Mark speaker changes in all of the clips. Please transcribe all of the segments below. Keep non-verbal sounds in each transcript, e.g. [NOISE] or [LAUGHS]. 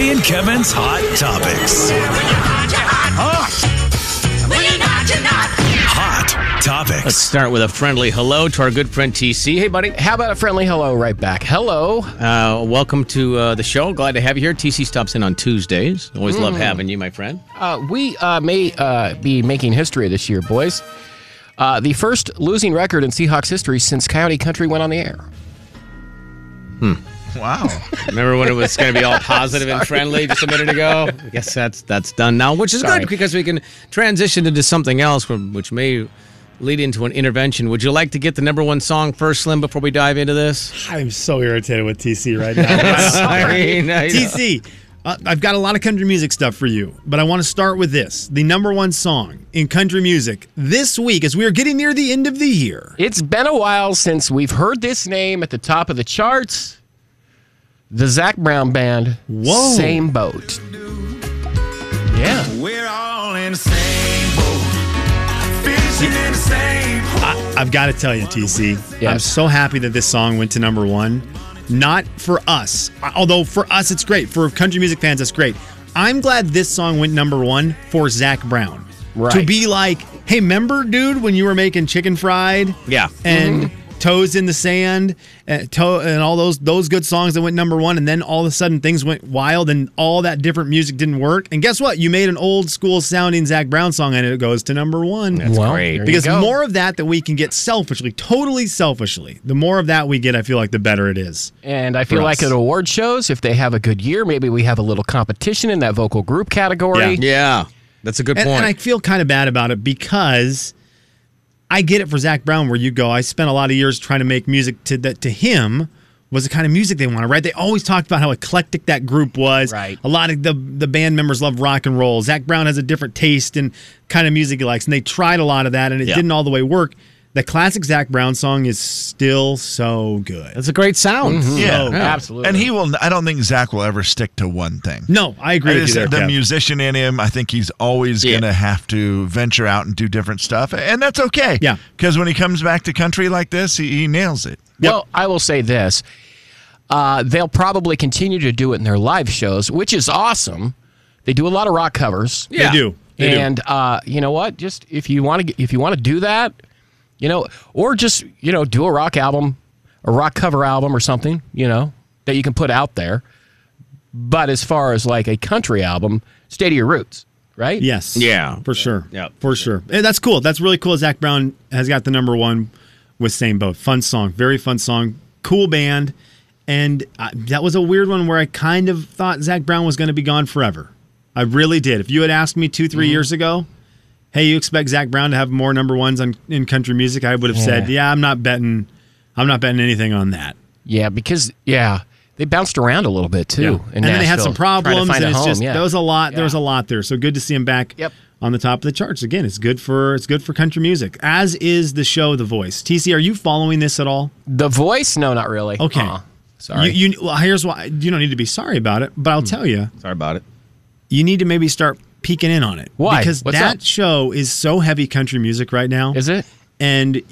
Speaker 1: Jay and Kevin's Hot Topics. Hot
Speaker 2: Let's
Speaker 1: Topics.
Speaker 2: start with a friendly hello to our good friend TC. Hey, buddy.
Speaker 3: How about a friendly hello right back? Hello.
Speaker 2: Uh, welcome to uh, the show. Glad to have you here. TC stops in on Tuesdays. Always love
Speaker 4: Hmm.
Speaker 2: having you, my friend.
Speaker 3: Uh, we uh, may uh, be making history this year, boys. Uh, the first losing record in Seahawks history since Coyote Country went on the air.
Speaker 5: Wow.
Speaker 2: Remember when it was going to
Speaker 4: [LAUGHS]
Speaker 2: be all positive and friendly just a minute ago? I guess that's that's done now, which is
Speaker 3: Sorry.
Speaker 2: good because we can transition into something else, wh- which may lead into an intervention. Would you like to get the number one song first, Slim, before we dive into this?
Speaker 4: I'm so irritated with TC right now.
Speaker 2: I mean, I-
Speaker 4: TC, uh, I've got a lot of country music stuff for you, but I want to start with this the number one song in country music this week as we are getting near the end of the year.
Speaker 3: It's been a while since we've heard this name at the top of the charts. The Zach Brown Band,
Speaker 4: Whoa.
Speaker 3: Same Boat. Yeah.
Speaker 5: We're all in the same boat. Fishing in the same pool.
Speaker 4: I've got to tell you, TC,
Speaker 3: Yeah.
Speaker 4: I'm so happy that this song went to number one. Not for us, although for us it's great. For country music fans, it's great. I'm glad this song went number one for Zach Brown.
Speaker 3: Right.
Speaker 4: To be like, hey, remember, dude, when you were making chicken fried?
Speaker 2: Yeah.
Speaker 4: And toes in the sand, and, toe, and all those those good songs that went number one, and then all of a sudden things went wild, and all that different music didn't work. And guess what? You made an old school sounding Zach Brown song, and it goes to number one.
Speaker 3: well,
Speaker 2: great.
Speaker 3: there you
Speaker 4: Because
Speaker 3: go.
Speaker 4: more of that that we can get selfishly, totally selfishly, the more of that we get, I feel like the better it is.
Speaker 3: And I feel
Speaker 4: For
Speaker 3: like
Speaker 4: us.
Speaker 3: at award shows, if they have a good year, maybe we have a little competition in that vocal group category.
Speaker 2: yeah, that's a good
Speaker 4: And,
Speaker 2: point.
Speaker 4: and I feel kind of bad about it because I get it for Zach Brown, where you go. I spent a lot of years trying to make music to that to him was the kind of music they wanted, right? They always talked about how eclectic that group was.
Speaker 3: Right.
Speaker 4: A lot of the the band members love rock and roll. Zach Brown has a different taste and kind of music he likes, and they tried a lot of that, and it
Speaker 2: Yeah.
Speaker 4: didn't all the way work. The classic Zach Brown song is still so good.
Speaker 2: that's a great sound.
Speaker 5: Yeah.
Speaker 3: Mm-hmm. Absolutely.
Speaker 5: And he will, I don't think Zach will ever stick to one thing.
Speaker 4: No, I
Speaker 5: I
Speaker 4: agree with
Speaker 5: just-
Speaker 4: you there,
Speaker 5: the
Speaker 4: Kev.
Speaker 5: musician in him, I think he's always
Speaker 2: Yeah.
Speaker 5: going to have to venture out and do different stuff. And that's okay.
Speaker 4: Yeah.
Speaker 5: Because when he comes back to country like this, he, he nails it.
Speaker 3: Well, I will say this. Uh, they'll probably continue to do it in their live shows, which is awesome. They do a lot of rock covers.
Speaker 2: Yeah.
Speaker 4: They do. They do.
Speaker 3: and uh, you know what? Just if you want to, if you want to do that, you know, or just you know, do a rock album, a rock cover album, or something, you know, that you can put out there. But as far as like a country album, stay to your roots, right?
Speaker 4: Yes.
Speaker 2: Yeah.
Speaker 4: For sure.
Speaker 2: Yeah.
Speaker 4: For sure. Hey, that's cool. That's really cool. Zach Brown has got the number one with Same Boat. Fun song. Very fun song. Cool band. And I, that was a weird one where I kind of thought Zach Brown was going to be gone forever. I really did. If you had asked me two, three
Speaker 2: Mm-hmm.
Speaker 4: years ago, hey, you expect Zach Brown to have more number ones on, in country music, I would have said, yeah, I'm not betting. I'm not betting anything on that.
Speaker 3: Yeah, because yeah, they bounced around a little bit too. in
Speaker 4: And then they had some
Speaker 3: Nashville, trying to
Speaker 4: problems.
Speaker 3: find
Speaker 4: And
Speaker 3: a
Speaker 4: it's
Speaker 3: home,
Speaker 4: just
Speaker 3: yeah.
Speaker 4: there was a lot. There was
Speaker 3: Yeah.
Speaker 4: a lot there. So good to see him back
Speaker 3: Yep.
Speaker 4: on the top of the charts again. It's good for it's good for country music. As is the show The Voice. TC, are you following this at all?
Speaker 3: The Voice? No, not really.
Speaker 4: Okay.
Speaker 3: Aw, sorry. Hmm.
Speaker 4: You, you well, here's why you don't need to be sorry about it, but I'll tell you,
Speaker 2: Sorry about it.
Speaker 4: you need to maybe start peeking in on it.
Speaker 3: Why?
Speaker 4: Because
Speaker 3: What's
Speaker 4: that
Speaker 3: up?
Speaker 4: show is so heavy country music right now.
Speaker 3: Is it?
Speaker 4: and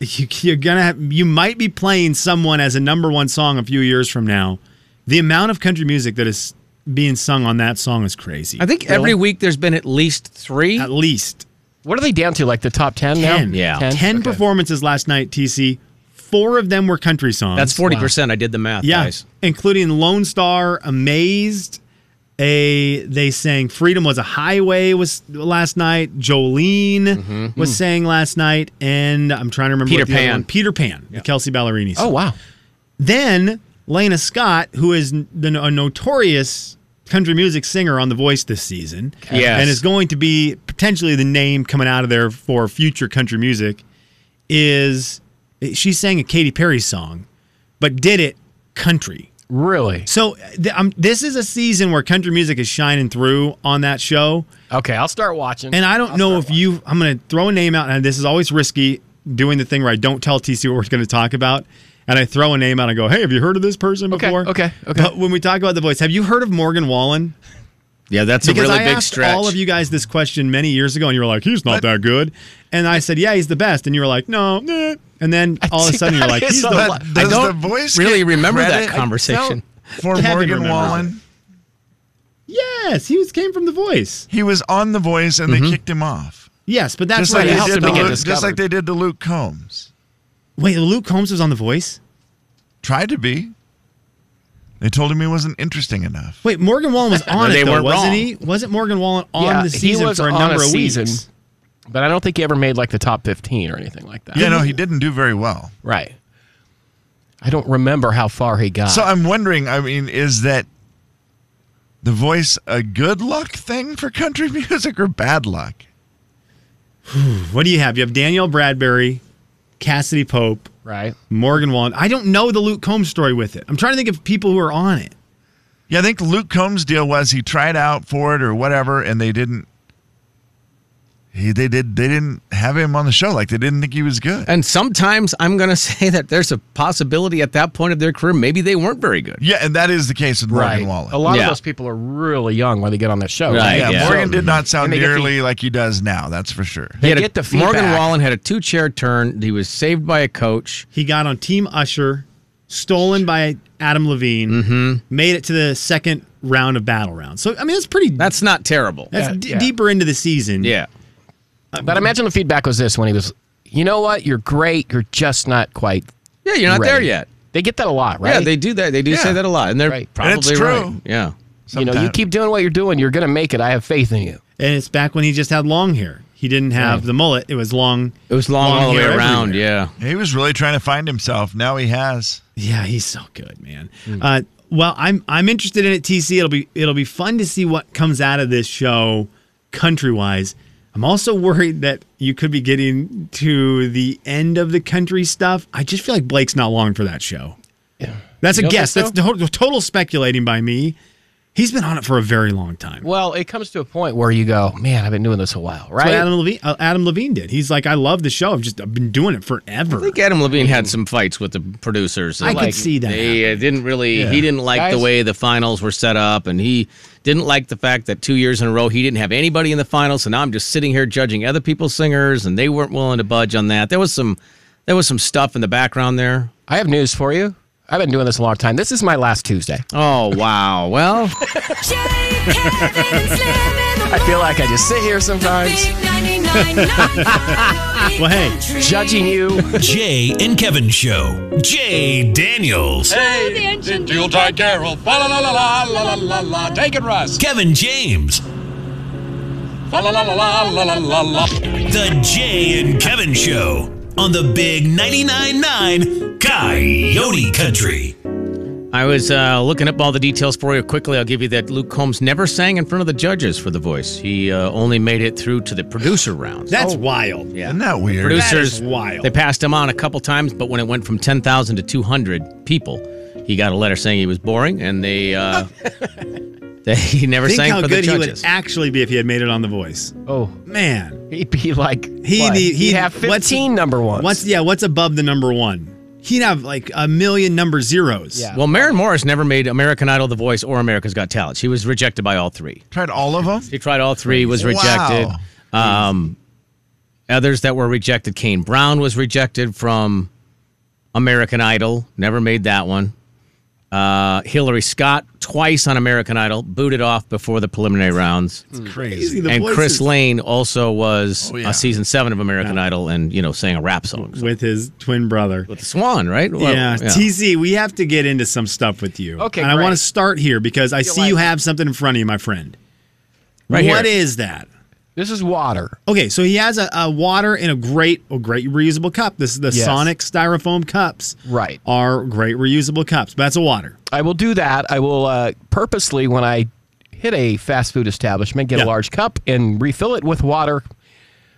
Speaker 4: you, you're gonna have, you might be playing someone as a number one song a few years from now. The amount of country music that is being sung on that song is crazy.
Speaker 2: I think every week there's been at least three.
Speaker 4: at least
Speaker 3: What are they down to? Like the top ten,
Speaker 4: ten,
Speaker 3: now?
Speaker 2: Yeah.
Speaker 3: ten.
Speaker 4: ten performances last night. TC, four of them were country songs.
Speaker 2: That's 40%. I did the math,
Speaker 4: yeah,
Speaker 2: guys.
Speaker 4: including Lone Star, Amazed. A they sang "Freedom Was a Highway" was last night. Jolene was sang last night, and I'm trying to remember
Speaker 2: Mm-hmm. Hmm. Peter
Speaker 4: what the other
Speaker 2: Pan.
Speaker 4: one- Peter Pan, the Kelsey Ballerini.
Speaker 3: Oh
Speaker 4: song.
Speaker 3: wow.
Speaker 4: Then Lena Scott, who is n- the, a notorious country music singer on The Voice this season,
Speaker 2: Yes.
Speaker 4: and is going to be potentially the name coming out of there for future country music, is she sang a Katy Perry song, but did it country.
Speaker 3: Really?
Speaker 4: So th- um, this is a season where country music is shining through on that show.
Speaker 3: Okay, I'll start watching.
Speaker 4: And I don't know if you. I'm going to throw a name out, and this is always risky doing the thing where I don't tell TC what we're going to talk about, and I throw a name out and go, "Hey, have you heard of this person
Speaker 3: Okay,
Speaker 4: before?"
Speaker 3: okay, okay.
Speaker 4: But when we talk about the voice, have you heard of Morgan Wallen?
Speaker 2: Yeah, that's
Speaker 4: Because
Speaker 2: a really
Speaker 4: I
Speaker 2: big
Speaker 4: asked
Speaker 2: stretch.
Speaker 4: all of you guys this question many years ago, and you were like, "He's not that good," and I said, "Yeah, he's the best," and you were like, "No," eh." and then all of a
Speaker 3: think [LAUGHS]
Speaker 4: sudden you're
Speaker 3: that
Speaker 4: like,
Speaker 3: is
Speaker 4: "He's
Speaker 3: a
Speaker 4: the."
Speaker 3: lot.
Speaker 4: best."
Speaker 5: does
Speaker 2: don't
Speaker 5: the voice
Speaker 2: really
Speaker 5: get
Speaker 2: remember that
Speaker 5: credit
Speaker 2: conversation.
Speaker 5: For
Speaker 4: Kevin
Speaker 5: Morgan
Speaker 4: remembers
Speaker 5: Wallen?
Speaker 4: Yes, he was came from The Voice.
Speaker 6: He was on The Voice and they kicked him off.
Speaker 4: Yes, but that's
Speaker 6: Just
Speaker 4: right.
Speaker 6: like,
Speaker 4: it
Speaker 6: they
Speaker 4: helped
Speaker 6: did
Speaker 4: him
Speaker 6: to
Speaker 4: out.
Speaker 2: get
Speaker 6: Luke,
Speaker 2: discovered.
Speaker 6: just like they did to Luke Combs.
Speaker 4: Wait, Luke Combs was on The Voice.
Speaker 6: Tried to be. They told him he wasn't interesting enough.
Speaker 4: Wait, Morgan
Speaker 3: [LAUGHS]
Speaker 4: Wallen was on
Speaker 2: they
Speaker 4: it, though,
Speaker 2: weren't
Speaker 4: wasn't
Speaker 2: wrong.
Speaker 4: he? Wasn't Morgan Wallen on
Speaker 3: Yeah,
Speaker 4: the
Speaker 3: he
Speaker 4: season
Speaker 3: was
Speaker 4: for a
Speaker 3: on
Speaker 4: number
Speaker 3: a
Speaker 4: of
Speaker 3: season.
Speaker 4: weeks?
Speaker 3: But I don't think he ever made like the top 15 or anything like that.
Speaker 6: Yeah, no, he didn't do very well.
Speaker 3: Right. I don't remember how far he got.
Speaker 6: So I'm wondering, I mean, is that The Voice a good luck thing for country [LAUGHS] music or bad luck?
Speaker 4: What do you have? You have Danielle Bradbury, Cassidy Pope,
Speaker 3: right.
Speaker 4: Morgan Wallen. I don't know the Luke Combs story with it. I'm trying to think of people who are on it.
Speaker 6: Yeah, I think Luke Combs' deal was he tried out for it or whatever, and they didn't. He they did they didn't have him on the show like they didn't think he was good.
Speaker 2: And sometimes I'm going to say that there's a possibility at that point of their career, maybe they weren't very good.
Speaker 6: Yeah, and that is the case with Morgan
Speaker 3: right.
Speaker 6: Wallen.
Speaker 3: A lot
Speaker 2: Yeah.
Speaker 3: of those people are really young when they get on that show.
Speaker 2: Right,
Speaker 6: yeah,
Speaker 2: yeah.
Speaker 6: Morgan
Speaker 3: So-
Speaker 6: did not sound
Speaker 3: And they get the-
Speaker 6: nearly like he does now. That's for sure.
Speaker 3: They
Speaker 2: He had a-
Speaker 3: get the
Speaker 2: Morgan
Speaker 3: feedback.
Speaker 2: Wallen had a two chair turn. He was saved by a coach.
Speaker 4: He got on Team Usher, stolen by Adam Levine,
Speaker 3: Mm-hmm.
Speaker 4: made it to the second round of battle round. So I mean, that's pretty. That's,
Speaker 2: That's not terrible.
Speaker 4: d-
Speaker 3: yeah.
Speaker 4: deeper into the season.
Speaker 2: yeah.
Speaker 3: But imagine the feedback was this when he was, you know what? You're great. You're just not quite.
Speaker 2: Yeah, you're not there
Speaker 3: ready."
Speaker 2: yet.
Speaker 3: They get that a lot, right?
Speaker 2: Yeah, they do that. They do say
Speaker 6: Yeah.
Speaker 2: that a lot, and they're
Speaker 3: Right.
Speaker 2: probably
Speaker 6: And it's true.
Speaker 2: right. Yeah.
Speaker 3: you know, you
Speaker 6: Sometime-
Speaker 3: keep doing what you're doing. You're going to make it. I have faith in you.
Speaker 4: and it's back when he just had long hair. He didn't have the mullet. It was long.
Speaker 2: It was long, all the way
Speaker 4: hair
Speaker 2: around.
Speaker 4: everywhere.
Speaker 2: Yeah.
Speaker 6: He was really trying to find himself. Now he has.
Speaker 4: Yeah, he's so good, man.
Speaker 3: Hmm.
Speaker 4: Uh, well, I'm I'm interested in it. TC, it'll be it'll be fun to see what comes out of this show, country wise. I'm also worried that you could be getting to the end of the country stuff. I just feel like Blake's not long for that show. That's a
Speaker 3: You don't
Speaker 4: guess.
Speaker 3: think
Speaker 4: That's to- total speculating by me. He's been on it for a very long time.
Speaker 3: Well, it comes to a point where you go, man, I've been doing this a while, right?
Speaker 4: That's what Adam Levine, uh, Adam Levine did. He's like, I love the show. I've just I've been doing it forever.
Speaker 2: I think Adam Levine had some fights with the producers.
Speaker 4: I
Speaker 2: Like,
Speaker 4: could see that.
Speaker 2: They uh, didn't really. He didn't like the
Speaker 3: Guys-
Speaker 2: way the finals were set up, and he didn't like the fact that two years in a row he didn't have anybody in the finals. And now I'm just sitting here judging other people's singers, and they weren't willing to budge on that. There was some, there was some stuff in the background there.
Speaker 3: I have news for you. I've been doing this a long time. This is my last Tuesday.
Speaker 2: Oh wow. [LAUGHS] Well,
Speaker 7: Jay, Kevin, and Slim in the
Speaker 3: I feel like I just sit here sometimes
Speaker 7: Big
Speaker 3: [LAUGHS]
Speaker 7: 99.9
Speaker 4: Well, hey,
Speaker 7: Country.
Speaker 3: judging you.
Speaker 1: Jay and Kevin Show. Jay Daniels. Kevin James. The Jay and Kevin Show on the Big 99.9 9 Coyote Country.
Speaker 2: I was uh, looking up all the details for you quickly. I'll give you that Luke Combs never sang in front of the judges for The Voice. He uh, only made it through to the producer rounds.
Speaker 4: That's wild.
Speaker 2: Yeah.
Speaker 6: Isn't that weird?
Speaker 2: producers
Speaker 4: That is wild.
Speaker 2: they passed him on a couple times but when it went from 10,000 to 200 people he got a letter saying he was boring and they
Speaker 4: [LAUGHS]
Speaker 2: uh they he never
Speaker 4: Think
Speaker 2: sang
Speaker 4: how
Speaker 2: for
Speaker 4: good
Speaker 2: the
Speaker 4: he would
Speaker 2: judges
Speaker 4: actually be if he had made it on The Voice.
Speaker 3: [LAUGHS] Oh,
Speaker 4: Man.
Speaker 3: he'd be like,
Speaker 4: He
Speaker 3: what?
Speaker 4: he
Speaker 3: He'd have 15 number ones.
Speaker 4: What's yeah? What's above the number one? He'd have like a million number zeros.
Speaker 3: Yeah.
Speaker 2: well Maren Morris never made American Idol The Voice or America's Got Talent she was rejected by all three
Speaker 6: Tried all of them.
Speaker 2: she tried all three was rejected
Speaker 6: Wow.
Speaker 2: um others that were rejected Kane Brown was rejected from American Idol never made that one uh, Hillary Scott twice on American Idol booted off before the preliminary rounds
Speaker 4: Hmm. Crazy. The
Speaker 2: and
Speaker 4: Voice
Speaker 2: Chris
Speaker 4: is-
Speaker 2: Lane also was
Speaker 6: Oh,
Speaker 2: uh
Speaker 6: yeah.
Speaker 2: season seven of American Idol, and you know, sang a rap song so-
Speaker 4: with his twin brother.
Speaker 2: with the Swan, right? Well,
Speaker 4: yeah, TZ, we have to get into some stuff with you.
Speaker 3: Okay,
Speaker 4: and I
Speaker 3: great.
Speaker 4: want to start here because I see you
Speaker 3: like-
Speaker 4: have something in front of you, my friend.
Speaker 2: Right
Speaker 4: What
Speaker 2: here.
Speaker 4: is that?
Speaker 3: This is water.
Speaker 4: Okay, so he has a, a water in a great, a great reusable cup. This is the
Speaker 3: Yes.
Speaker 4: Sonic styrofoam cups.
Speaker 3: Right.
Speaker 4: Are great reusable cups, but that's a water.
Speaker 3: I will do that. I will uh, purposely, when I hit a fast food establishment, get
Speaker 4: Yeah.
Speaker 3: a large cup and refill it with water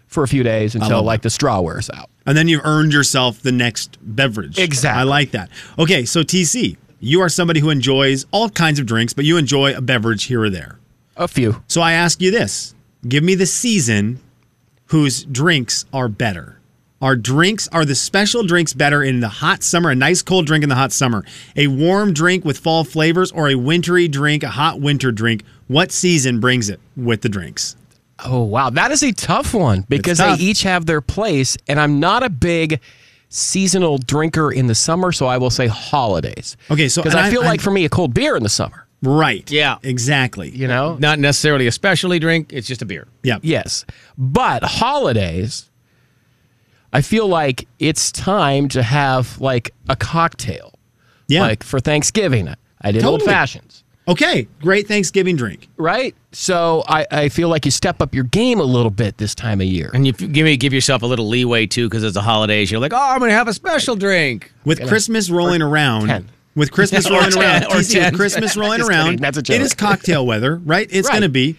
Speaker 3: for a few days until like the straw wears out.
Speaker 4: And then you've earned yourself the next beverage.
Speaker 3: Exactly.
Speaker 4: I like that. Okay, so TC, you are somebody who enjoys all kinds of drinks, but you enjoy a beverage here or there.
Speaker 3: A few.
Speaker 4: So I ask you this give me the season whose drinks are better. Are drinks, are the special drinks better in the hot summer, a nice cold drink in the hot summer, a warm drink with fall flavors, or a wintry drink, a hot winter drink? What season brings it with the drinks?
Speaker 3: Oh, wow. That is a tough one because
Speaker 4: tough.
Speaker 3: they each have their place. And I'm not a big seasonal drinker in the summer, so I will say holidays.
Speaker 4: Okay, so-
Speaker 3: because
Speaker 4: and
Speaker 3: I
Speaker 4: I-
Speaker 3: feel
Speaker 4: I'm-
Speaker 3: like for me, a cold beer in the summer.
Speaker 4: Right.
Speaker 2: Yeah.
Speaker 4: Exactly.
Speaker 3: you know?
Speaker 2: Not necessarily a specialty drink. It's just a beer.
Speaker 4: Yeah.
Speaker 3: Yes. But holidays, I feel like it's time to have like a cocktail.
Speaker 4: Yeah.
Speaker 3: Like for Thanksgiving, I did old
Speaker 4: Totally.
Speaker 3: fashions,
Speaker 4: okay. Great Thanksgiving drink.
Speaker 3: right? So I, I feel like you step up your game a little bit this time of year.
Speaker 2: And you give me give yourself a little leeway too, because it's the holidays. You're like, oh, I'm gonna have a special drink.
Speaker 4: With Christmas rolling around.
Speaker 3: 10.
Speaker 4: With
Speaker 3: [LAUGHS]
Speaker 4: Christmas
Speaker 2: Or
Speaker 4: rolling
Speaker 2: 10,
Speaker 4: around.
Speaker 2: or
Speaker 4: Casey,
Speaker 2: 10.
Speaker 4: With Christmas rolling
Speaker 3: Just
Speaker 4: around.
Speaker 3: kidding, that's a joke.
Speaker 4: It is cocktail weather, right? It's
Speaker 3: Right.
Speaker 4: going to be.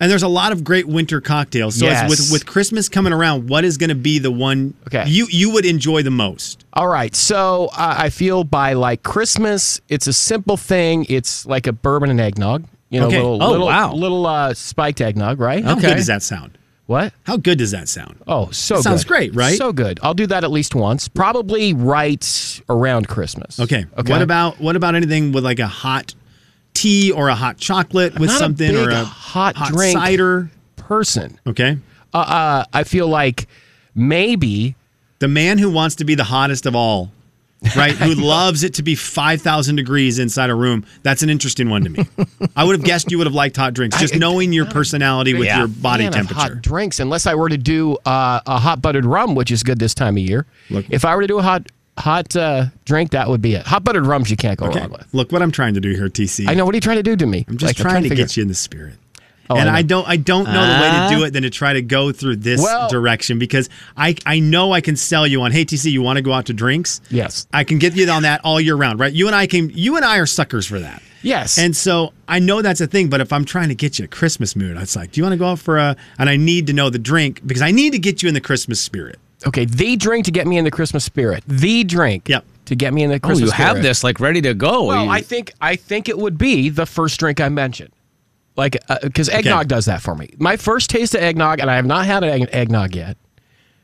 Speaker 4: And there's a lot of great winter cocktails. So
Speaker 3: Yes.
Speaker 4: it's with with Christmas coming around, what is going to be the one
Speaker 3: Okay.
Speaker 4: you you would enjoy the most?
Speaker 3: All right. So uh, I feel by like Christmas, it's a simple thing. It's like a bourbon and eggnog. You know,
Speaker 4: Okay.
Speaker 3: little,
Speaker 2: Oh,
Speaker 3: little,
Speaker 2: wow.
Speaker 3: little uh, spiked eggnog, right?
Speaker 4: How
Speaker 2: Okay.
Speaker 4: good does that sound?
Speaker 3: What?
Speaker 4: How good does that sound?
Speaker 3: Oh, so
Speaker 4: Sounds
Speaker 3: good.
Speaker 4: great, right?
Speaker 3: So good. I'll do that at least once, probably right around Christmas.
Speaker 4: Okay. What about what about anything with like a hot tea or a hot chocolate with
Speaker 3: not a
Speaker 4: something or
Speaker 3: big
Speaker 4: a
Speaker 3: hot drink.
Speaker 4: cider?
Speaker 3: person?
Speaker 4: Okay.
Speaker 3: Uh, uh, I feel like maybe
Speaker 4: The man who wants to be the hottest of all, right?
Speaker 3: [LAUGHS]
Speaker 4: Who loves it to be 5,000 degrees inside a room. That's an interesting one to me. I would have guessed you would have liked hot drinks, just knowing your personality with
Speaker 2: Yeah.
Speaker 4: your body
Speaker 3: fan of
Speaker 4: temperature.
Speaker 3: hot drinks, unless I were to do uh, a hot buttered rum, which is good this time of year.
Speaker 4: Look-
Speaker 3: if I were to do a hot hot uh, drink, that would be it. Hot buttered rums, you can't go
Speaker 4: Okay.
Speaker 3: wrong with.
Speaker 4: Look what I'm trying to do here, TC.
Speaker 3: I know. What are you trying to do to me?
Speaker 4: I'm just trying, to,
Speaker 3: figure-
Speaker 4: get you in the spirit.
Speaker 3: Oh,
Speaker 4: and
Speaker 3: I know. Uh-huh.
Speaker 4: I, don't I don't know the way to do it than to try to go through this
Speaker 3: Well-
Speaker 4: direction because I I know I can sell you on hey TC you want to go out to drinks
Speaker 3: Yes.
Speaker 4: I can get you on that all year round right you and I can you and I are suckers for that
Speaker 3: Yes.
Speaker 4: and so I know that's a thing but if I'm trying to get you a Christmas mood it's like do you want to go out for a and I need to know the drink because I need to get you in the Christmas spirit
Speaker 3: okay, the drink to get me in the Christmas spirit. The drink.
Speaker 4: Yep.
Speaker 3: To get me in the
Speaker 2: Oh,
Speaker 3: Christmas.
Speaker 2: you have
Speaker 3: spirit.
Speaker 2: this like ready to go.
Speaker 3: Well,
Speaker 2: You-
Speaker 3: I think I think it would be the first drink I mentioned. Like, because eggnog does that for me. My first taste of eggnog, and I have not had an egg- eggnog yet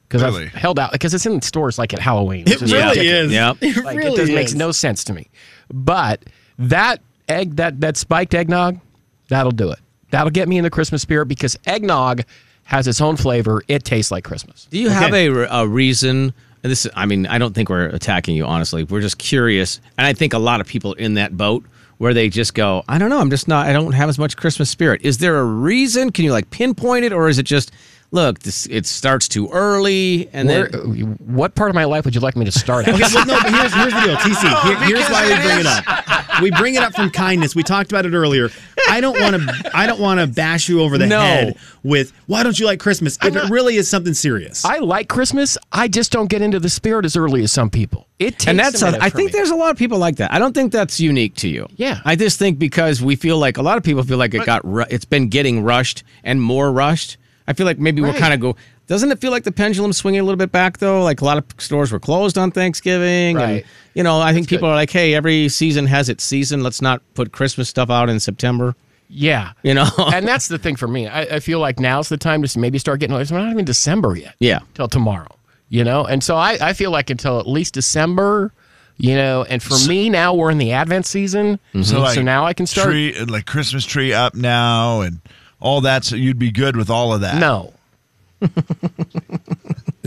Speaker 3: because
Speaker 6: Really?
Speaker 3: I've held out because it's in stores like at Halloween. which is
Speaker 2: really
Speaker 3: ridiculous.
Speaker 2: is. Yep.
Speaker 4: it
Speaker 3: Like,
Speaker 4: really
Speaker 3: it just makes
Speaker 4: is.
Speaker 3: no sense to me. But that egg, that that spiked eggnog, that'll do it. That'll get me in the Christmas spirit because eggnog has its own flavor. It tastes like Christmas.
Speaker 2: Do you have a, re- a reason? and This, I mean, I don't think we're attacking you. Honestly, we're just curious, and I think a lot of people in that boat where they just go, I don't know, I'm just not, I don't have as much Christmas spirit. Is there a reason? Can you like pinpoint it, or is it just, look, this it starts too early, and
Speaker 3: Where,
Speaker 2: then
Speaker 3: what part of my life would you like me to start
Speaker 2: [LAUGHS]
Speaker 3: at?
Speaker 4: Okay, well, no, but here's, here's the deal, TC. Here- here's why we bring it up. We bring it up from kindness. We talked about it earlier. I don't want to. I don't want to bash you over the
Speaker 2: No.
Speaker 4: head with why don't you like Christmas if it really is something serious.
Speaker 3: I like Christmas. I just don't get into the spirit as early as some people. It takes
Speaker 2: and that's
Speaker 3: a
Speaker 2: I
Speaker 3: minute for
Speaker 2: think
Speaker 3: me.
Speaker 2: there's a lot of people like that. I don't think that's unique to you.
Speaker 3: Yeah.
Speaker 2: I just think because we feel like a lot of people feel like it got ru- it's been getting rushed and more rushed. I feel like maybe we're
Speaker 3: Right.
Speaker 2: kind of go. Doesn't it feel like the pendulum swinging a little bit back though? Like a lot of stores were closed on Thanksgiving, and
Speaker 3: Right.
Speaker 2: you know I think people
Speaker 3: good.
Speaker 2: are like, hey, every season has its season. Let's not put Christmas stuff out in September.
Speaker 3: yeah,
Speaker 2: You know.
Speaker 3: and that's the thing for me. I, I feel like now's the time to maybe start getting. It's not even December yet.
Speaker 2: yeah.
Speaker 3: till tomorrow. You know, and so I, I feel like until at least December. You know, and for me now we're in the Advent season,
Speaker 4: Mm-hmm.
Speaker 3: so, now I can start.
Speaker 6: tree, uh, like Christmas tree up now and all that. So you'd be good with all of that.
Speaker 3: No,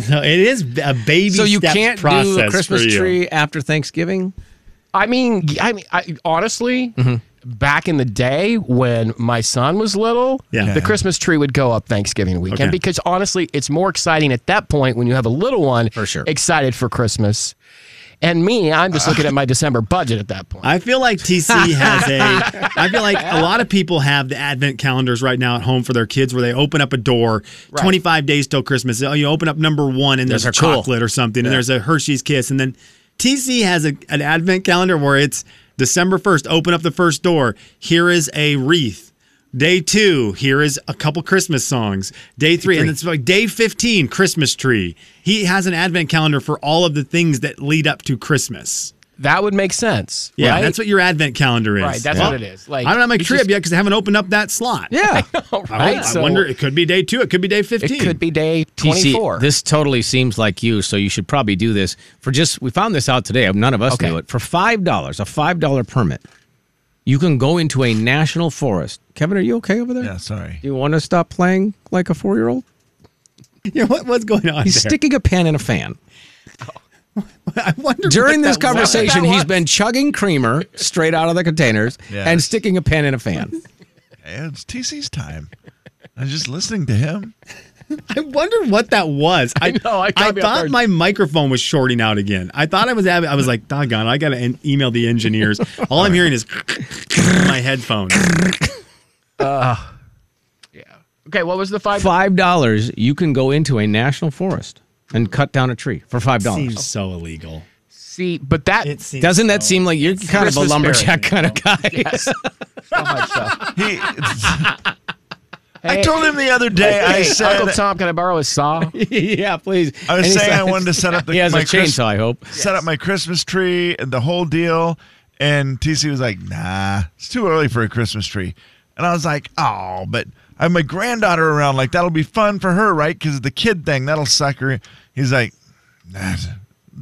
Speaker 4: No, it is a baby.
Speaker 2: So you
Speaker 4: step
Speaker 2: can't
Speaker 4: process
Speaker 2: do a
Speaker 4: for
Speaker 2: Christmas
Speaker 4: you.
Speaker 2: tree after Thanksgiving.
Speaker 3: I mean, I mean, I, honestly,
Speaker 4: Mm-hmm.
Speaker 3: back in the day when my son was little,
Speaker 4: Yeah.
Speaker 3: the Christmas tree would go up Thanksgiving weekend
Speaker 4: Okay.
Speaker 3: because honestly, it's more exciting at that point when you have a little one
Speaker 2: For sure.
Speaker 3: excited for Christmas. And me, I'm just looking at
Speaker 4: [LAUGHS]
Speaker 3: my December budget at that point.
Speaker 4: Uh, I feel like [LAUGHS] TC has a. I feel like a lot of people have the advent calendars right now at home for their kids, where they open up a door, twenty five days till Christmas. Oh, you open up number one, and there's
Speaker 2: Those
Speaker 4: a
Speaker 2: are cool.
Speaker 4: chocolate or something, and there's a Hershey's kiss, and then TC has a, an advent calendar where it's December first. Open up the first door. Here is a wreath. Day two, here is a couple Christmas songs. Day three, and it's like day 15, Christmas tree. He has an advent calendar for all of the things that lead up to Christmas.
Speaker 3: that would make sense.
Speaker 4: Yeah,
Speaker 3: right?
Speaker 4: that's what your advent calendar is.
Speaker 3: Right, that's
Speaker 4: Yeah.
Speaker 3: what it is. Like
Speaker 4: I don't have my
Speaker 3: you
Speaker 4: trip
Speaker 3: just-
Speaker 4: yet because I haven't opened up that slot.
Speaker 2: [LAUGHS] Yeah.
Speaker 4: I,
Speaker 3: right?
Speaker 4: hope- I
Speaker 3: So
Speaker 4: wonder. It could be day two. It could be day fifteen.
Speaker 3: it could
Speaker 4: [LAUGHS]
Speaker 3: be day
Speaker 2: TC,
Speaker 3: 24.
Speaker 2: this totally seems like you, so you should probably do this for just. We found this out today. None of us
Speaker 3: Okay.
Speaker 2: knew it. For five dollars, a five dollar permit, you can go into a national forest. Kevin, are you okay over there?
Speaker 6: Yeah, sorry.
Speaker 2: Do you want to stop playing like a four year old?
Speaker 4: Yeah, what, what's going on?
Speaker 2: He's
Speaker 4: there?
Speaker 2: sticking a pen in a fan.
Speaker 4: [LAUGHS] I wonder
Speaker 2: During
Speaker 4: what
Speaker 2: this
Speaker 4: that was.
Speaker 2: conversation,
Speaker 3: That
Speaker 2: he's
Speaker 3: was-
Speaker 2: been chugging creamer straight out of the containers
Speaker 6: Yeah.
Speaker 2: and sticking a pen in a
Speaker 4: [LAUGHS]
Speaker 2: fan.
Speaker 6: Yeah, it's TC's time. I was just listening to him.
Speaker 4: I wonder what that was. [LAUGHS] I,
Speaker 3: know, I caught me off
Speaker 4: thought
Speaker 3: guard.
Speaker 4: my microphone was shorting out again. I thought I was having, I was like, doggone, I got to en- email the [LAUGHS] engineers. All I'm hearing is my [LAUGHS] headphone.
Speaker 3: Okay, what was the five?
Speaker 2: Five dollars, you can go into a national forest and cut down a tree for five dollars.
Speaker 4: Seems so illegal.
Speaker 3: See, but that
Speaker 4: It seems
Speaker 2: Doesn't that
Speaker 4: so-
Speaker 2: seem like you're kind of a
Speaker 3: Christmas
Speaker 2: lumberjack kind of guy? [LAUGHS]
Speaker 3: so much stuff.
Speaker 6: He, [LAUGHS] I
Speaker 3: Hey.
Speaker 6: told him the other day. I
Speaker 3: Hey,
Speaker 6: said
Speaker 3: Uncle Tom, can I borrow a saw?
Speaker 2: yeah, please.
Speaker 6: I was
Speaker 2: And he
Speaker 6: saying I
Speaker 2: says-
Speaker 6: wanted to set up the
Speaker 2: he has a
Speaker 6: my Christ-
Speaker 2: chainsaw.
Speaker 6: [LAUGHS]
Speaker 2: I hope.
Speaker 6: set up my Christmas tree and the whole deal. And TC was like, nah, it's too early for a Christmas tree. And I was like, oh, but I have my granddaughter around. Like, that'll be fun for her, right? Because the kid thing, that'll suck her. in." He's like, nah,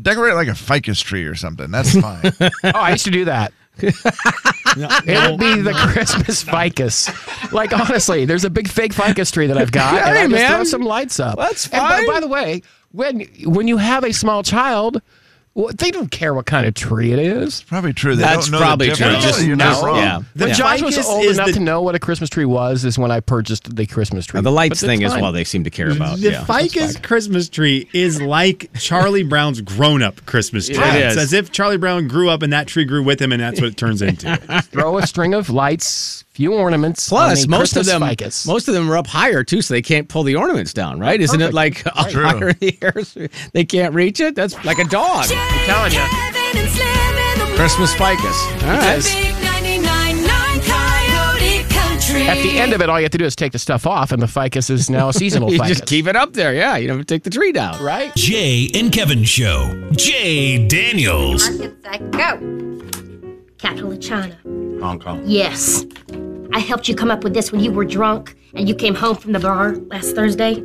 Speaker 6: decorate it like a ficus tree or something. That's fine.
Speaker 3: Oh, I used to do that. It would be the Christmas ficus. Like honestly, there's a big fake ficus tree that I've got, and
Speaker 2: [LAUGHS] Hey,
Speaker 3: I just throw
Speaker 2: man.
Speaker 3: some lights up.
Speaker 2: That's
Speaker 3: And by-
Speaker 2: fine.
Speaker 3: by, the way, when when you have a small child, well, they don't care what kind of tree it is.
Speaker 6: probably true. They
Speaker 2: That's
Speaker 6: don't know the
Speaker 2: probably true.
Speaker 6: difference.
Speaker 2: Just
Speaker 6: You're not
Speaker 2: no,
Speaker 6: wrong.
Speaker 2: yeah.
Speaker 4: The
Speaker 3: When
Speaker 2: Yeah.
Speaker 3: Josh was
Speaker 4: ficus
Speaker 3: old
Speaker 4: is
Speaker 3: enough
Speaker 4: the-
Speaker 3: to know what a Christmas tree was, is when I purchased the Christmas tree.
Speaker 2: Oh, The lights
Speaker 3: But
Speaker 2: thing
Speaker 3: that's
Speaker 2: is
Speaker 3: fine.
Speaker 2: what they seem to care about.
Speaker 4: The
Speaker 2: yeah.
Speaker 4: ficus Christmas tree is like Charlie Brown's grown-up Christmas tree.
Speaker 2: It
Speaker 4: It's
Speaker 2: is.
Speaker 4: as if Charlie Brown grew up and that tree grew with him, and that's what it turns [LAUGHS] into.
Speaker 3: throw a string of lights, few ornaments.
Speaker 2: Plus,
Speaker 3: on a
Speaker 2: most of
Speaker 3: Christmas
Speaker 2: them,
Speaker 3: ficus.
Speaker 2: most of them are up higher too, so they can't pull the ornaments down, right? Isn't it like up
Speaker 6: True.
Speaker 2: higher in the air? [LAUGHS] so They can't reach it. That's like a dog.
Speaker 7: I'm
Speaker 3: telling ya.
Speaker 2: Christmas ficus. All right.
Speaker 7: Big 99.9 Coyote Country.
Speaker 3: At the end of it, all you have to do is take the stuff off, and the ficus is now [LAUGHS] a seasonal
Speaker 2: You
Speaker 3: ficus.
Speaker 2: just keep it up there. Yeah, you don't take the tree down.
Speaker 3: right.
Speaker 1: Jay and Kevin Show. Jay Daniels.
Speaker 8: Markets I go. Catalachana. Hong Kong. Yes. I helped you come up with this when you were drunk and you came home from the bar last Thursday.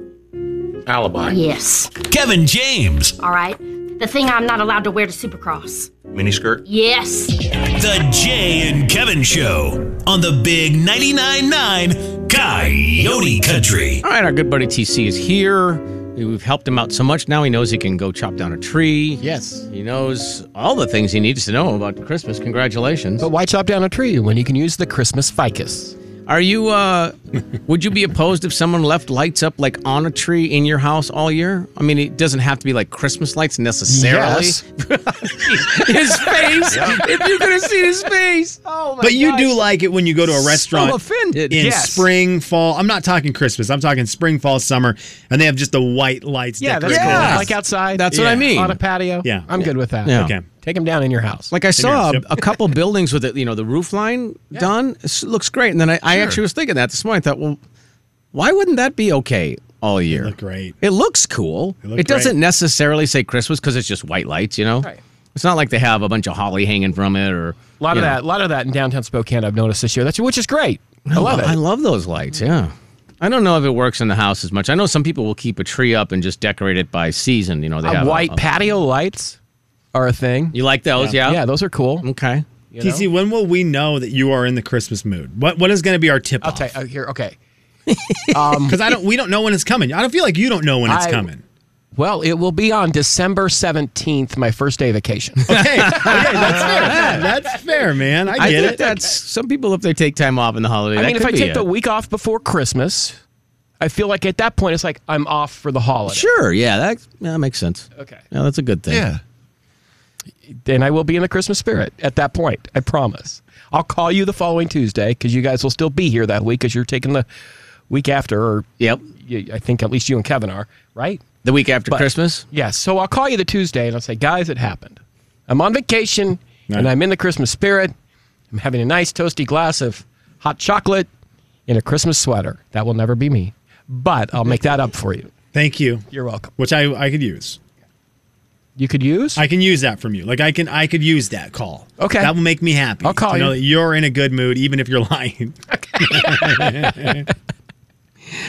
Speaker 9: Alibi.
Speaker 8: Yes.
Speaker 1: Kevin James.
Speaker 8: All right. The thing I'm not allowed to wear to Supercross.
Speaker 9: Miniskirt.
Speaker 8: Yes.
Speaker 1: The Jay and Kevin Show on the Big 99.9 Coyote Country.
Speaker 2: All right, our good buddy TC is here. We've helped him out so much now. He knows he can go chop down a tree.
Speaker 3: Yes.
Speaker 2: He knows all the things he needs to know about Christmas. Congratulations.
Speaker 3: But why chop down a tree when you can use the Christmas ficus?
Speaker 2: Are you,
Speaker 4: [LAUGHS]
Speaker 2: uh, would you be opposed if someone left lights up like on a tree in your house all year? I mean, it doesn't have to be like Christmas lights necessarily.
Speaker 3: Yes.
Speaker 2: [LAUGHS] His face. If you could have seen his face. Oh, my
Speaker 4: but you
Speaker 2: gosh.
Speaker 4: do like it when you go to a restaurant
Speaker 2: So offended.
Speaker 4: in
Speaker 2: yes.
Speaker 4: spring, fall. I'm not talking Christmas. I'm talking spring, fall, summer, and they have just the white lights.
Speaker 3: Yeah, that's
Speaker 4: decorated.
Speaker 3: cool.
Speaker 2: Yes.
Speaker 3: Like uh, outside.
Speaker 2: That's what I
Speaker 4: Yeah.
Speaker 2: mean.
Speaker 3: On a patio.
Speaker 4: Yeah.
Speaker 3: I'm good with that.
Speaker 2: Yeah.
Speaker 4: Okay.
Speaker 3: Take them down in your house.
Speaker 2: Like I saw a,
Speaker 4: Yep.
Speaker 2: a couple buildings with it, you know, the roof line done. It looks great. And then I, I actually was thinking that this morning. I thought, well, why wouldn't that be okay all year? It,
Speaker 4: look great.
Speaker 2: looks cool. It,
Speaker 4: look
Speaker 2: doesn't
Speaker 4: great.
Speaker 2: necessarily say Christmas because it's just white lights, you know?
Speaker 3: Right.
Speaker 2: It's not like they have a bunch of holly hanging from it or.
Speaker 3: a lot
Speaker 2: you know.
Speaker 3: of that. A lot of that in downtown Spokane. I've noticed this year. That's which is great. I love it.
Speaker 2: Oh, I love those lights, yeah. I don't know if it works in the house as much. I know some people will keep a tree up and just decorate it by season. You know, they
Speaker 3: Uh,
Speaker 2: have a-
Speaker 3: white
Speaker 2: a-
Speaker 3: patio lights are a thing.
Speaker 2: you like those, yeah?
Speaker 3: Yeah, those are cool.
Speaker 2: Okay.
Speaker 3: you know?
Speaker 4: TC, when will we know that you are in the Christmas mood? What what is going to be our tip
Speaker 3: I'll
Speaker 4: off?
Speaker 3: tell you, oh, here. Okay.
Speaker 4: Because I don't, we don't know when it's coming. I don't feel like you don't know when it's
Speaker 3: I-
Speaker 4: coming.
Speaker 3: Well, it will be on December 17th, my first day of vacation.
Speaker 4: Okay, okay, that's fair. Yeah, that's fair, man. I
Speaker 2: I
Speaker 4: get
Speaker 2: think
Speaker 4: it.
Speaker 2: that's some people if they take time off in the holiday.
Speaker 3: I
Speaker 2: that
Speaker 3: mean, if
Speaker 2: could
Speaker 3: I
Speaker 2: be
Speaker 3: take
Speaker 2: it.
Speaker 3: the week off before Christmas, I feel like at that point it's like I'm off for the holiday.
Speaker 2: Sure, yeah, that yeah, that makes sense.
Speaker 3: Okay.
Speaker 2: Yeah, that's a good thing.
Speaker 6: Yeah.
Speaker 3: And I will be in the Christmas spirit at that point. I promise. I'll call you the following Tuesday because you guys will still be here that week because you're taking the week after, or
Speaker 2: Yep.
Speaker 3: you, I think at least you and Kevin are, right?
Speaker 2: The week after
Speaker 3: But-
Speaker 2: Christmas.
Speaker 3: Yes. So I'll call you the Tuesday and I'll say, guys, it happened. I'm on vacation and I'm in the Christmas spirit. I'm having a nice toasty glass of hot chocolate in a Christmas sweater. That will never be me, but I'll make that up for you.
Speaker 4: Thank you.
Speaker 3: You're welcome.
Speaker 4: Which I I could use.
Speaker 3: You could use?
Speaker 4: I can use that from you. Like I can I could use that call.
Speaker 3: Okay.
Speaker 4: That will make me happy.
Speaker 3: I'll call
Speaker 4: to know
Speaker 3: you.
Speaker 4: that you're in a good mood, even if you're [LAUGHS] lying.
Speaker 2: I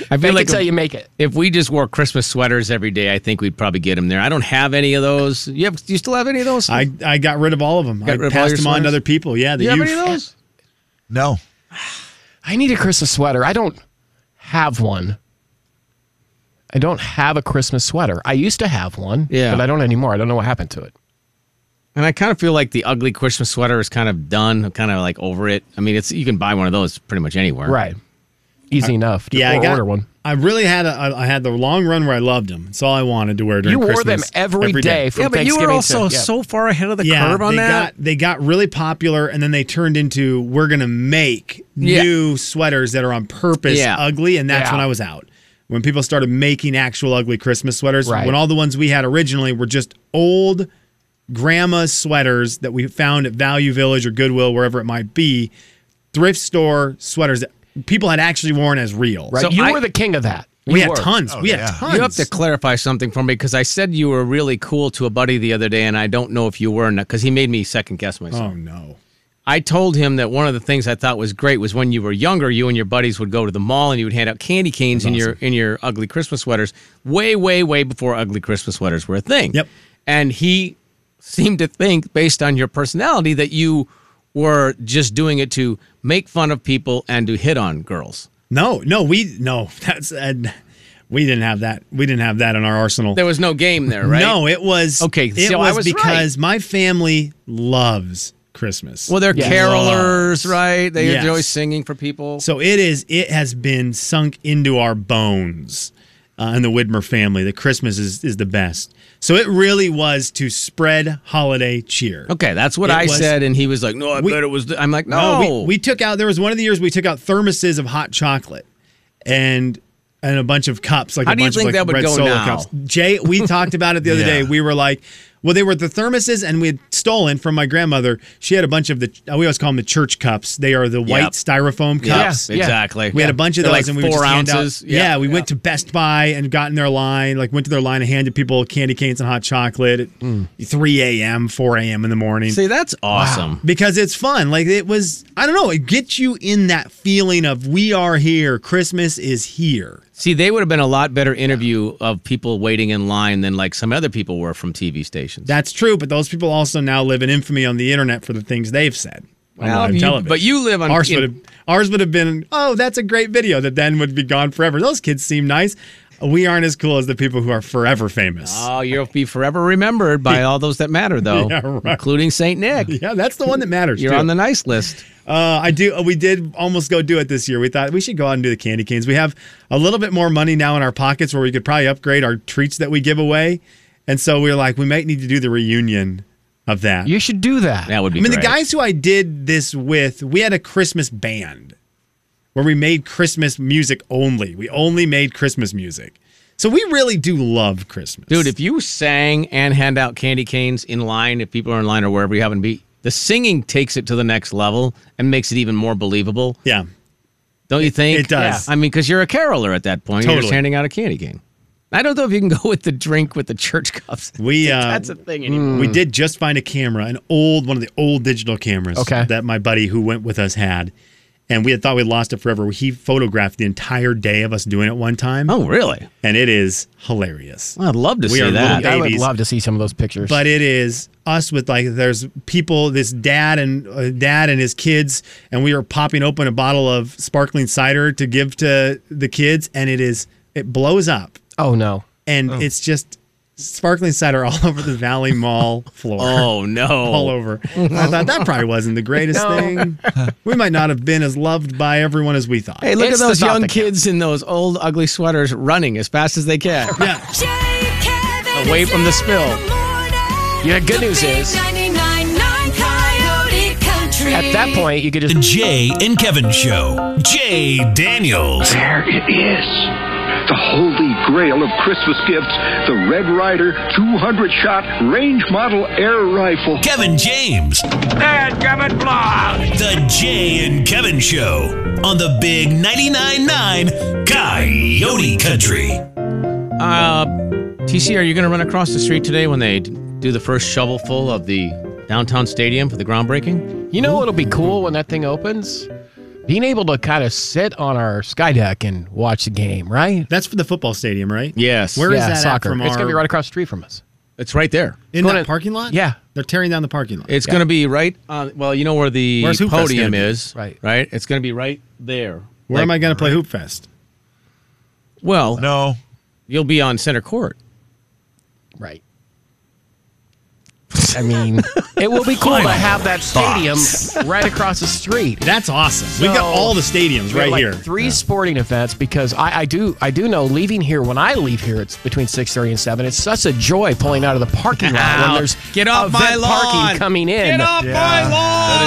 Speaker 2: feel
Speaker 3: Feel
Speaker 2: like
Speaker 3: until
Speaker 2: if,
Speaker 3: you make it.
Speaker 2: if we just wore Christmas sweaters every day, I think we'd probably get them there. I don't have any of those. You have? Do you still have any of those?
Speaker 4: I, I got rid of all of them. I
Speaker 2: rid of all
Speaker 4: passed
Speaker 2: your
Speaker 4: them on to
Speaker 2: sweaters?
Speaker 4: other people. Yeah, the
Speaker 2: Do you have
Speaker 4: youth.
Speaker 2: any of those?
Speaker 6: No.
Speaker 3: I need a Christmas sweater. I don't have one. I don't have a Christmas sweater. I used to have one,
Speaker 2: Yeah.
Speaker 3: but I don't anymore. I don't know what happened to it.
Speaker 2: And I kind of feel like the ugly Christmas sweater is kind of done. I'm kind of like over it. I mean, it's you can buy one of those pretty much anywhere.
Speaker 3: Right. Easy enough. To
Speaker 4: Yeah, I
Speaker 3: or
Speaker 4: got
Speaker 3: order one.
Speaker 4: I really had a, I I had the long run where I loved them. It's all I wanted to wear during
Speaker 3: You wore
Speaker 4: Christmas.
Speaker 3: them every day, from
Speaker 2: Yeah, but you
Speaker 3: Thanksgiving
Speaker 2: were
Speaker 3: to-
Speaker 2: also
Speaker 3: yeah.
Speaker 2: so far ahead of the
Speaker 4: yeah,
Speaker 2: curve on
Speaker 4: they
Speaker 2: that.
Speaker 4: got they got really popular, and then they turned into we're gonna make
Speaker 2: Yeah.
Speaker 4: new sweaters that are on purpose
Speaker 2: Yeah.
Speaker 4: ugly, and that's
Speaker 3: Yeah.
Speaker 4: when I was out. When people started making actual ugly Christmas sweaters,
Speaker 3: Right.
Speaker 4: when all the ones we had originally were just old grandma's sweaters that we found at Value Village or Goodwill, wherever it might be, thrift store sweaters that people had actually worn as real.
Speaker 3: Right.
Speaker 2: So
Speaker 3: you
Speaker 2: I-
Speaker 3: were the king of that.
Speaker 4: We
Speaker 3: You
Speaker 4: had
Speaker 3: were.
Speaker 4: tons. we had
Speaker 6: yeah.
Speaker 4: tons.
Speaker 2: You have to clarify something for me because I said you were really cool to a buddy the other day, and I don't know if you were or not because he made me second guess myself.
Speaker 4: oh no.
Speaker 2: I told him that one of the things I thought was great was when you were younger, you and your buddies would go to the mall and you would hand out candy canes in your in your ugly Christmas sweaters, way, way, way before ugly Christmas sweaters were a thing.
Speaker 4: Yep.
Speaker 2: And he seemed to think, based on your personality, that you were just doing it to make fun of people and to hit on girls.
Speaker 4: No, no, we no. [LAUGHS] That's uh, we didn't have that. We didn't have that in our arsenal.
Speaker 2: There was no game there, right?
Speaker 4: [LAUGHS] No, it was
Speaker 2: Okay,
Speaker 4: It
Speaker 2: so I
Speaker 4: was,
Speaker 2: was
Speaker 4: because my family loves Christmas.
Speaker 2: Well, they're
Speaker 3: Yeah.
Speaker 2: carolers, right? They
Speaker 4: Yes.
Speaker 2: enjoy singing for people.
Speaker 4: so it is. It has been sunk into our bones uh, in the Widmer family that Christmas is is the best. So it really was to spread holiday cheer.
Speaker 2: okay, that's what
Speaker 4: It
Speaker 2: I
Speaker 4: was-
Speaker 2: said, and he was like, "No, I
Speaker 4: We-
Speaker 2: bet it was." th-" I'm like,
Speaker 4: No,
Speaker 2: "No,
Speaker 4: Oh, we, we took out. There was one of the years we took out thermoses of hot chocolate, and and a bunch of cups, like
Speaker 2: How
Speaker 4: a
Speaker 2: do you
Speaker 4: bunch
Speaker 2: think
Speaker 4: of
Speaker 2: that
Speaker 4: like
Speaker 2: would
Speaker 4: red
Speaker 2: go
Speaker 4: solo
Speaker 2: now?
Speaker 4: cups. Jay,
Speaker 2: [LAUGHS]
Speaker 4: we talked about it the other day.
Speaker 6: Yeah.
Speaker 4: We were like, well, they were the thermoses, and we had stolen from my grandmother. She had a bunch of the. We always call them the church cups. They are the white
Speaker 2: Yep.
Speaker 4: styrofoam
Speaker 2: Yep,
Speaker 4: cups.
Speaker 3: Yeah.
Speaker 2: exactly.
Speaker 4: We had a bunch of
Speaker 2: They're like
Speaker 4: those, and we would
Speaker 2: four
Speaker 4: just hand out-
Speaker 2: ounces.
Speaker 4: yeah, we went to Best Buy and got in their line, like went to their line and handed people candy canes and hot chocolate at 3 a.m., 4 a.m. in the morning
Speaker 2: Mm. See, that's awesome.
Speaker 4: because it's fun. Like it was, I don't know, it gets you in that feeling of we are here, Christmas is here.
Speaker 2: See, they would have been a lot better interview of people waiting in line than like some other people were from TV stations.
Speaker 4: That's true, but those people also now live in infamy on the internet for the things they've said on
Speaker 2: Well,
Speaker 4: live
Speaker 2: you-
Speaker 4: television.
Speaker 2: but you live on-
Speaker 4: ours would
Speaker 2: in-
Speaker 4: have ours would have been oh that's a great video that then would be gone forever. Those kids seem nice. We aren't as cool as the people who are forever famous.
Speaker 2: oh, you'll be forever remembered by all those that matter, though,
Speaker 4: [LAUGHS] Yeah, right.
Speaker 2: including Saint Nick.
Speaker 4: yeah, that's the one that matters.
Speaker 2: You're
Speaker 4: too.
Speaker 2: on the nice list.
Speaker 4: Uh, I do. We did almost go do it this year. We thought we should go out and do the candy canes. We have a little bit more money now in our pockets where we could probably upgrade our treats that we give away. And so we were like, we might need to do the reunion of that.
Speaker 3: You should do that.
Speaker 2: That would
Speaker 4: I
Speaker 2: be.
Speaker 4: mean, the
Speaker 2: great.
Speaker 4: guys who I did this with, we had a Christmas band where we made Christmas music only. We only made Christmas music. So we really do love Christmas.
Speaker 2: dude, if you sang and hand out candy canes in line, if people are in line or wherever you happen to be, the singing takes it to the next level and makes it even more believable,
Speaker 4: yeah.
Speaker 2: don't you think?
Speaker 4: it does.
Speaker 2: I mean, because you're a caroler at that point. You're just
Speaker 4: Totally.
Speaker 2: handing out a candy cane. I don't know if you can go with the drink with the church cups.
Speaker 4: We, uh,
Speaker 2: that's a thing anymore.
Speaker 4: We did just find a camera, an old one of the old digital cameras
Speaker 3: Okay.
Speaker 4: that my buddy who went with us had. And we had thought we'd lost it forever. He photographed the entire day of us doing it one time.
Speaker 2: Oh, really?
Speaker 4: And it is hilarious.
Speaker 2: Well, I'd love to
Speaker 4: We
Speaker 2: see
Speaker 4: are
Speaker 2: that.
Speaker 4: little
Speaker 3: I would
Speaker 4: babies.
Speaker 3: love to see some of those pictures.
Speaker 4: But it is us with like there's people, this dad and uh, dad and his kids, and we are popping open a bottle of sparkling cider to give to the kids, and it is it blows up,
Speaker 3: oh no.
Speaker 4: and it's just sparkling cider all [LAUGHS] over the Valley Mall floor.
Speaker 2: [LAUGHS] Oh no!
Speaker 4: [LAUGHS] all over. I thought that probably wasn't the
Speaker 3: [LAUGHS]
Speaker 4: greatest thing. We might not have been as loved by everyone as we thought.
Speaker 2: Hey, look
Speaker 3: It's
Speaker 2: at those
Speaker 3: the
Speaker 2: young
Speaker 3: topic.
Speaker 2: kids in those old ugly sweaters running as fast as they can.
Speaker 4: [LAUGHS] Yeah.
Speaker 7: Jay, Kevin,
Speaker 2: Away
Speaker 7: and
Speaker 2: from the
Speaker 7: Slim in
Speaker 2: spill.
Speaker 7: the morning.
Speaker 3: Yeah, good
Speaker 7: The
Speaker 3: news
Speaker 7: big
Speaker 3: is-
Speaker 7: 99.9 Coyote Country.
Speaker 3: At that point, you could
Speaker 1: The
Speaker 3: just
Speaker 1: Jay and Kevin Show. Jay Daniels.
Speaker 10: There it is. The holy grail of Christmas gifts, the Red Rider 200 shot range model air rifle.
Speaker 1: Kevin James. The Jay and Kevin Show on the Big 99.9 Coyote Country.
Speaker 2: Uh, TC, are you going to run across the street today when they d- do the first shovelful of the downtown stadium for the groundbreaking?
Speaker 3: You know what'll be cool when that thing opens? Being able to kind of sit on our sky deck and watch the game, right?
Speaker 4: That's for the football stadium, right?
Speaker 2: Yes.
Speaker 4: Where is
Speaker 3: yeah,
Speaker 4: that at
Speaker 3: soccer.
Speaker 4: from
Speaker 3: it's gonna
Speaker 4: our-
Speaker 3: be right across the street from us.
Speaker 2: It's right there.
Speaker 4: In
Speaker 3: Go
Speaker 4: that
Speaker 3: to-
Speaker 4: parking lot?
Speaker 3: yeah.
Speaker 4: They're tearing down the parking lot.
Speaker 2: It's going to be right on. Well, you know where the
Speaker 4: Where's Hoop Fest
Speaker 2: podium
Speaker 4: gonna be?
Speaker 2: is,
Speaker 3: Right.
Speaker 2: Right. It's going to be right there.
Speaker 4: Where am I going to play Hoop Fest?
Speaker 2: Well,
Speaker 6: No.
Speaker 2: You'll be on center court.
Speaker 3: Right. I mean, it will be cool to
Speaker 4: Final
Speaker 3: have that stadium right across the street.
Speaker 4: That's awesome. We've got all the stadiums
Speaker 3: we have,
Speaker 4: right
Speaker 3: like,
Speaker 4: here.
Speaker 3: Three sporting events because I, I do I do know leaving here when I leave here it's between six thirty and seven. It's such a joy pulling out of the parking lot
Speaker 2: [LAUGHS]
Speaker 3: when there's
Speaker 2: Get off my
Speaker 3: event
Speaker 2: lawn.
Speaker 3: parking coming in.
Speaker 2: Get off my lawn.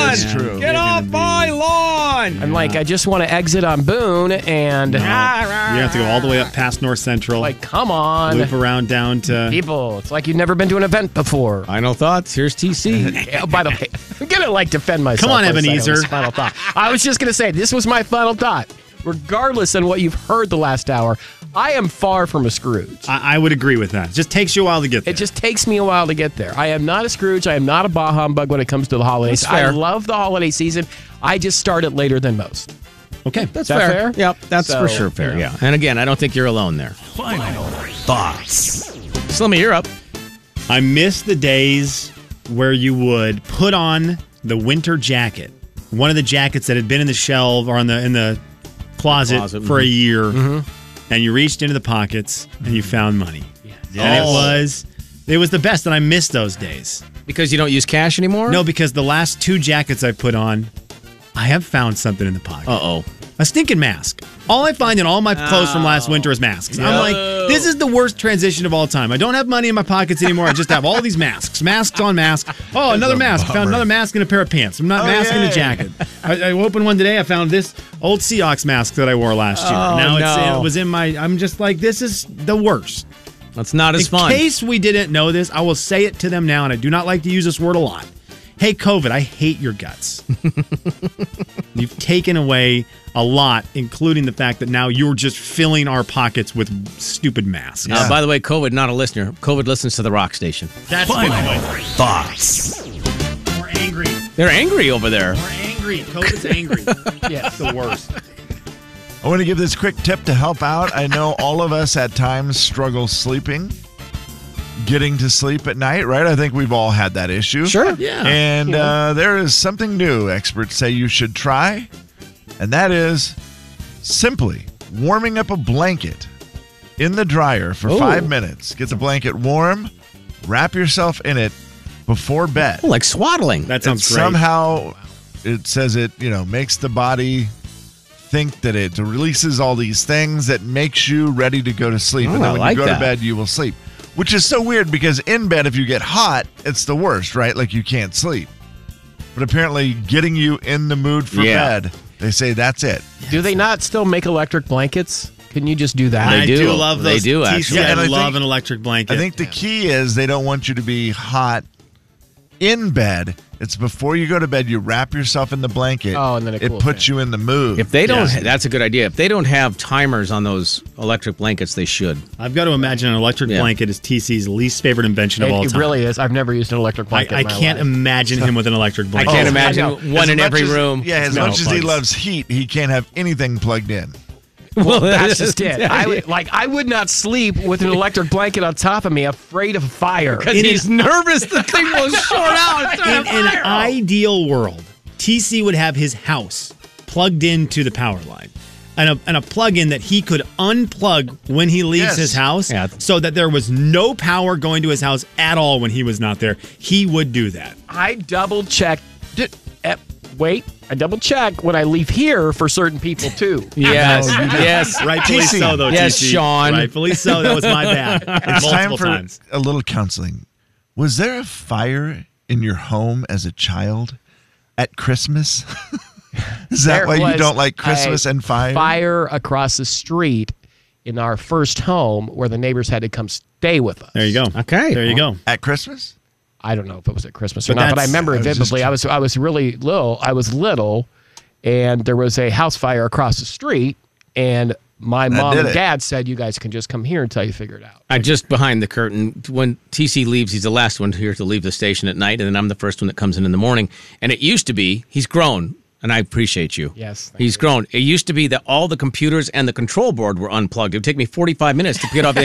Speaker 2: That
Speaker 6: is true.
Speaker 2: Get off my lawn.
Speaker 3: I'm like I just want to exit on Boone and
Speaker 4: You have to go all the way up past North Central.
Speaker 3: Like, come on.
Speaker 4: Loop around down to.
Speaker 3: people. It's like you've never been to an event
Speaker 2: [LAUGHS]
Speaker 3: before.
Speaker 2: Final thoughts. Here's TC.
Speaker 3: Yeah, by the way, I'm gonna like defend myself.
Speaker 4: Come on,
Speaker 3: for a second with
Speaker 4: Ebenezer.
Speaker 3: this Final thought. I was just gonna say this was my final thought. Regardless on what you've heard the last hour, I am far from a Scrooge.
Speaker 4: I, I would agree with that. It just takes you a while to get there.
Speaker 3: It just takes me a while to get there. I am not a Scrooge. I am not a bah humbug when it comes to the holidays.
Speaker 2: That's fair.
Speaker 3: I love the holiday season. I just start it later than most.
Speaker 4: okay.
Speaker 2: That's
Speaker 3: that fair?
Speaker 2: Yep, that's
Speaker 3: So,
Speaker 2: for sure fair. Yeah. And again, I don't think you're alone there.
Speaker 1: Final thoughts.
Speaker 2: Slimmy, you're up.
Speaker 4: I miss the days where you would put on the winter jacket, one of the jackets that had been in the shelf or on the in the closet,
Speaker 2: Closet,
Speaker 4: for a
Speaker 2: mhm.
Speaker 4: year, and you reached into the pockets and you found money, and it was it was the best, and I miss those days.
Speaker 2: Because you don't use cash anymore?
Speaker 4: No, because the last two jackets I put on, I have found something in the pocket.
Speaker 2: Uh oh.
Speaker 4: A stinking mask. All I find in all my clothes from last winter is masks. I'm like, this is the worst transition of all time. I don't have money in my pockets anymore. I just have all these masks. Masks on masks. Oh, another mask. Found another mask and a pair of pants. I'm not masking
Speaker 6: yay.
Speaker 4: a jacket. I, I opened one today. I found this old Seahawks mask that I wore last year. now it's
Speaker 2: no.
Speaker 4: in, it was in my. I'm just like, this is the worst.
Speaker 2: That's not as
Speaker 4: in
Speaker 2: fun.
Speaker 4: case we didn't know this, I will say it to them now, and I do not like to use this word a lot. Hey, COVID, I hate
Speaker 2: [LAUGHS]
Speaker 4: your guts. You've taken away a lot, including the fact that now you're just filling our pockets with stupid masks.
Speaker 2: Uh, by the way, COVID, not a listener. COVID listens to the rock station.
Speaker 4: That's
Speaker 1: Final thoughts.
Speaker 4: We're angry.
Speaker 2: They're angry over there.
Speaker 4: We're angry.
Speaker 2: [LAUGHS]
Speaker 4: COVID's angry.
Speaker 3: Yes.
Speaker 4: the worst.
Speaker 6: I want to give this quick tip to help out. I know all of us at times struggle sleeping, getting to sleep at night, right? I think we've all had that issue.
Speaker 2: Sure.
Speaker 4: Yeah.
Speaker 6: And uh, there is something new experts say you should try, and that is simply warming up a blanket in the dryer for five minutes. Get the blanket warm, wrap yourself in it before bed.
Speaker 2: Oh, like swaddling.
Speaker 4: That sounds
Speaker 6: And
Speaker 4: great.
Speaker 6: Somehow it says it, you know, makes the body think that it releases all these things that makes you ready to go to sleep.
Speaker 2: Oh,
Speaker 6: and then
Speaker 2: I
Speaker 6: when
Speaker 2: like
Speaker 6: you go
Speaker 2: that.
Speaker 6: to bed, you will sleep. Which is so weird because in bed, if you get hot, it's the worst, right? Like you can't sleep. But apparently, getting you in the mood for
Speaker 2: Yeah.
Speaker 6: bed, they say that's it.
Speaker 3: Do they not still make electric blankets? Can you just do that?
Speaker 4: I
Speaker 2: They do.
Speaker 4: love
Speaker 2: They
Speaker 4: those.
Speaker 2: do,
Speaker 4: TC.
Speaker 2: actually.
Speaker 6: Yeah, and
Speaker 4: I,
Speaker 6: I
Speaker 4: love
Speaker 6: think-
Speaker 4: an electric blanket.
Speaker 6: I think the key is they don't want you to be hot in bed. It's before you go to bed, you wrap yourself in the blanket.
Speaker 3: Oh, and then it cools
Speaker 6: puts you in the mood.
Speaker 2: If they don't, that's a good idea. If they don't have timers on those electric blankets, they should.
Speaker 4: I've got to imagine an electric
Speaker 2: Yeah.
Speaker 4: blanket is TC's least favorite invention
Speaker 3: It,
Speaker 4: of all
Speaker 3: it
Speaker 4: time.
Speaker 3: really is. I've never used an electric
Speaker 4: I,
Speaker 3: blanket.
Speaker 4: I
Speaker 3: in my
Speaker 4: can't
Speaker 3: life.
Speaker 4: imagine him with an electric
Speaker 2: I
Speaker 4: blanket.
Speaker 2: can't
Speaker 3: Oh,
Speaker 2: imagine
Speaker 3: I know.
Speaker 2: one
Speaker 6: As
Speaker 2: in
Speaker 6: much
Speaker 2: every
Speaker 6: as-
Speaker 2: room.
Speaker 6: Yeah, as
Speaker 4: No,
Speaker 6: much as he
Speaker 4: bugs.
Speaker 6: loves heat, he can't have anything plugged in.
Speaker 2: Well,
Speaker 3: That's
Speaker 2: [LAUGHS]
Speaker 3: just it. I would, like I would not sleep with an electric blanket on top of me, afraid of fire.
Speaker 2: Because he's nervous the thing [LAUGHS] will short out.
Speaker 4: In an ideal world, TC would have his house plugged into the power line. And a, and a plug-in that he could unplug when he leaves
Speaker 6: Yes.
Speaker 4: his house
Speaker 2: Yeah.
Speaker 4: so that there was no power going to his house at all when he was not there. He would do that.
Speaker 3: I double check. d- eh, Wait, I double check when I leave here for certain people too.
Speaker 2: Yes, yes.
Speaker 4: Rightfully
Speaker 6: TC.
Speaker 4: so, though,
Speaker 2: Yes,
Speaker 4: TC.
Speaker 2: Sean.
Speaker 4: Rightfully so. That was my bad.
Speaker 6: It's time
Speaker 4: Multiple
Speaker 6: for
Speaker 4: times.
Speaker 6: a little counseling. Was there a fire in your home as a child at Christmas? [LAUGHS] Is that
Speaker 3: There
Speaker 6: why you
Speaker 3: was
Speaker 6: don't like Christmas
Speaker 3: a
Speaker 6: and fire?
Speaker 3: Fire across the street in our first home where the neighbors had to come stay with us.
Speaker 4: There you go.
Speaker 2: Okay.
Speaker 4: There you go.
Speaker 6: At Christmas?
Speaker 3: I don't know if it was at Christmas
Speaker 4: But
Speaker 3: or not, but I
Speaker 4: that's-
Speaker 3: remember
Speaker 6: I
Speaker 3: it
Speaker 6: was just
Speaker 3: vividly. I
Speaker 6: trying-
Speaker 3: was I was really little. I was little, and there was a house fire across the street, and my mom
Speaker 6: did
Speaker 3: and
Speaker 6: it.
Speaker 3: dad said, "You guys can just come here until you figure it out."
Speaker 2: I just behind the curtain. When TC leaves, he's the last one here to leave the station at night, and then I'm the first one that comes in in the morning. And it used to be he's grown. and I appreciate you.
Speaker 3: Yes,
Speaker 2: he's grown. It used to be that all the computers and the control board were unplugged. It would take me 45 minutes to get off
Speaker 4: [LAUGHS]
Speaker 2: the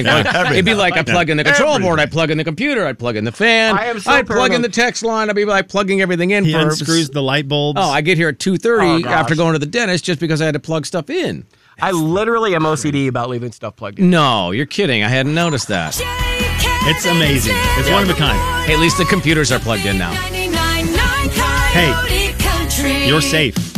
Speaker 2: It'd be like I plug in the control board, I plug in the computer, I plug in the fan,
Speaker 3: I am so
Speaker 2: I plug in
Speaker 3: paranoid.
Speaker 2: the text line, I'd be like plugging everything in
Speaker 4: He
Speaker 2: for
Speaker 4: unscrews the light bulbs.
Speaker 2: Oh, I get here at
Speaker 11: Oh,
Speaker 2: 2:30
Speaker 11: gosh.
Speaker 2: after going to the dentist just because I had to plug stuff in.
Speaker 11: I literally am OCD about leaving stuff plugged in.
Speaker 2: No, you're kidding. I hadn't noticed that.
Speaker 4: It's amazing. It's one of a kind.
Speaker 2: Hey, at least the computers are plugged in now.
Speaker 7: Hey,
Speaker 4: You're safe.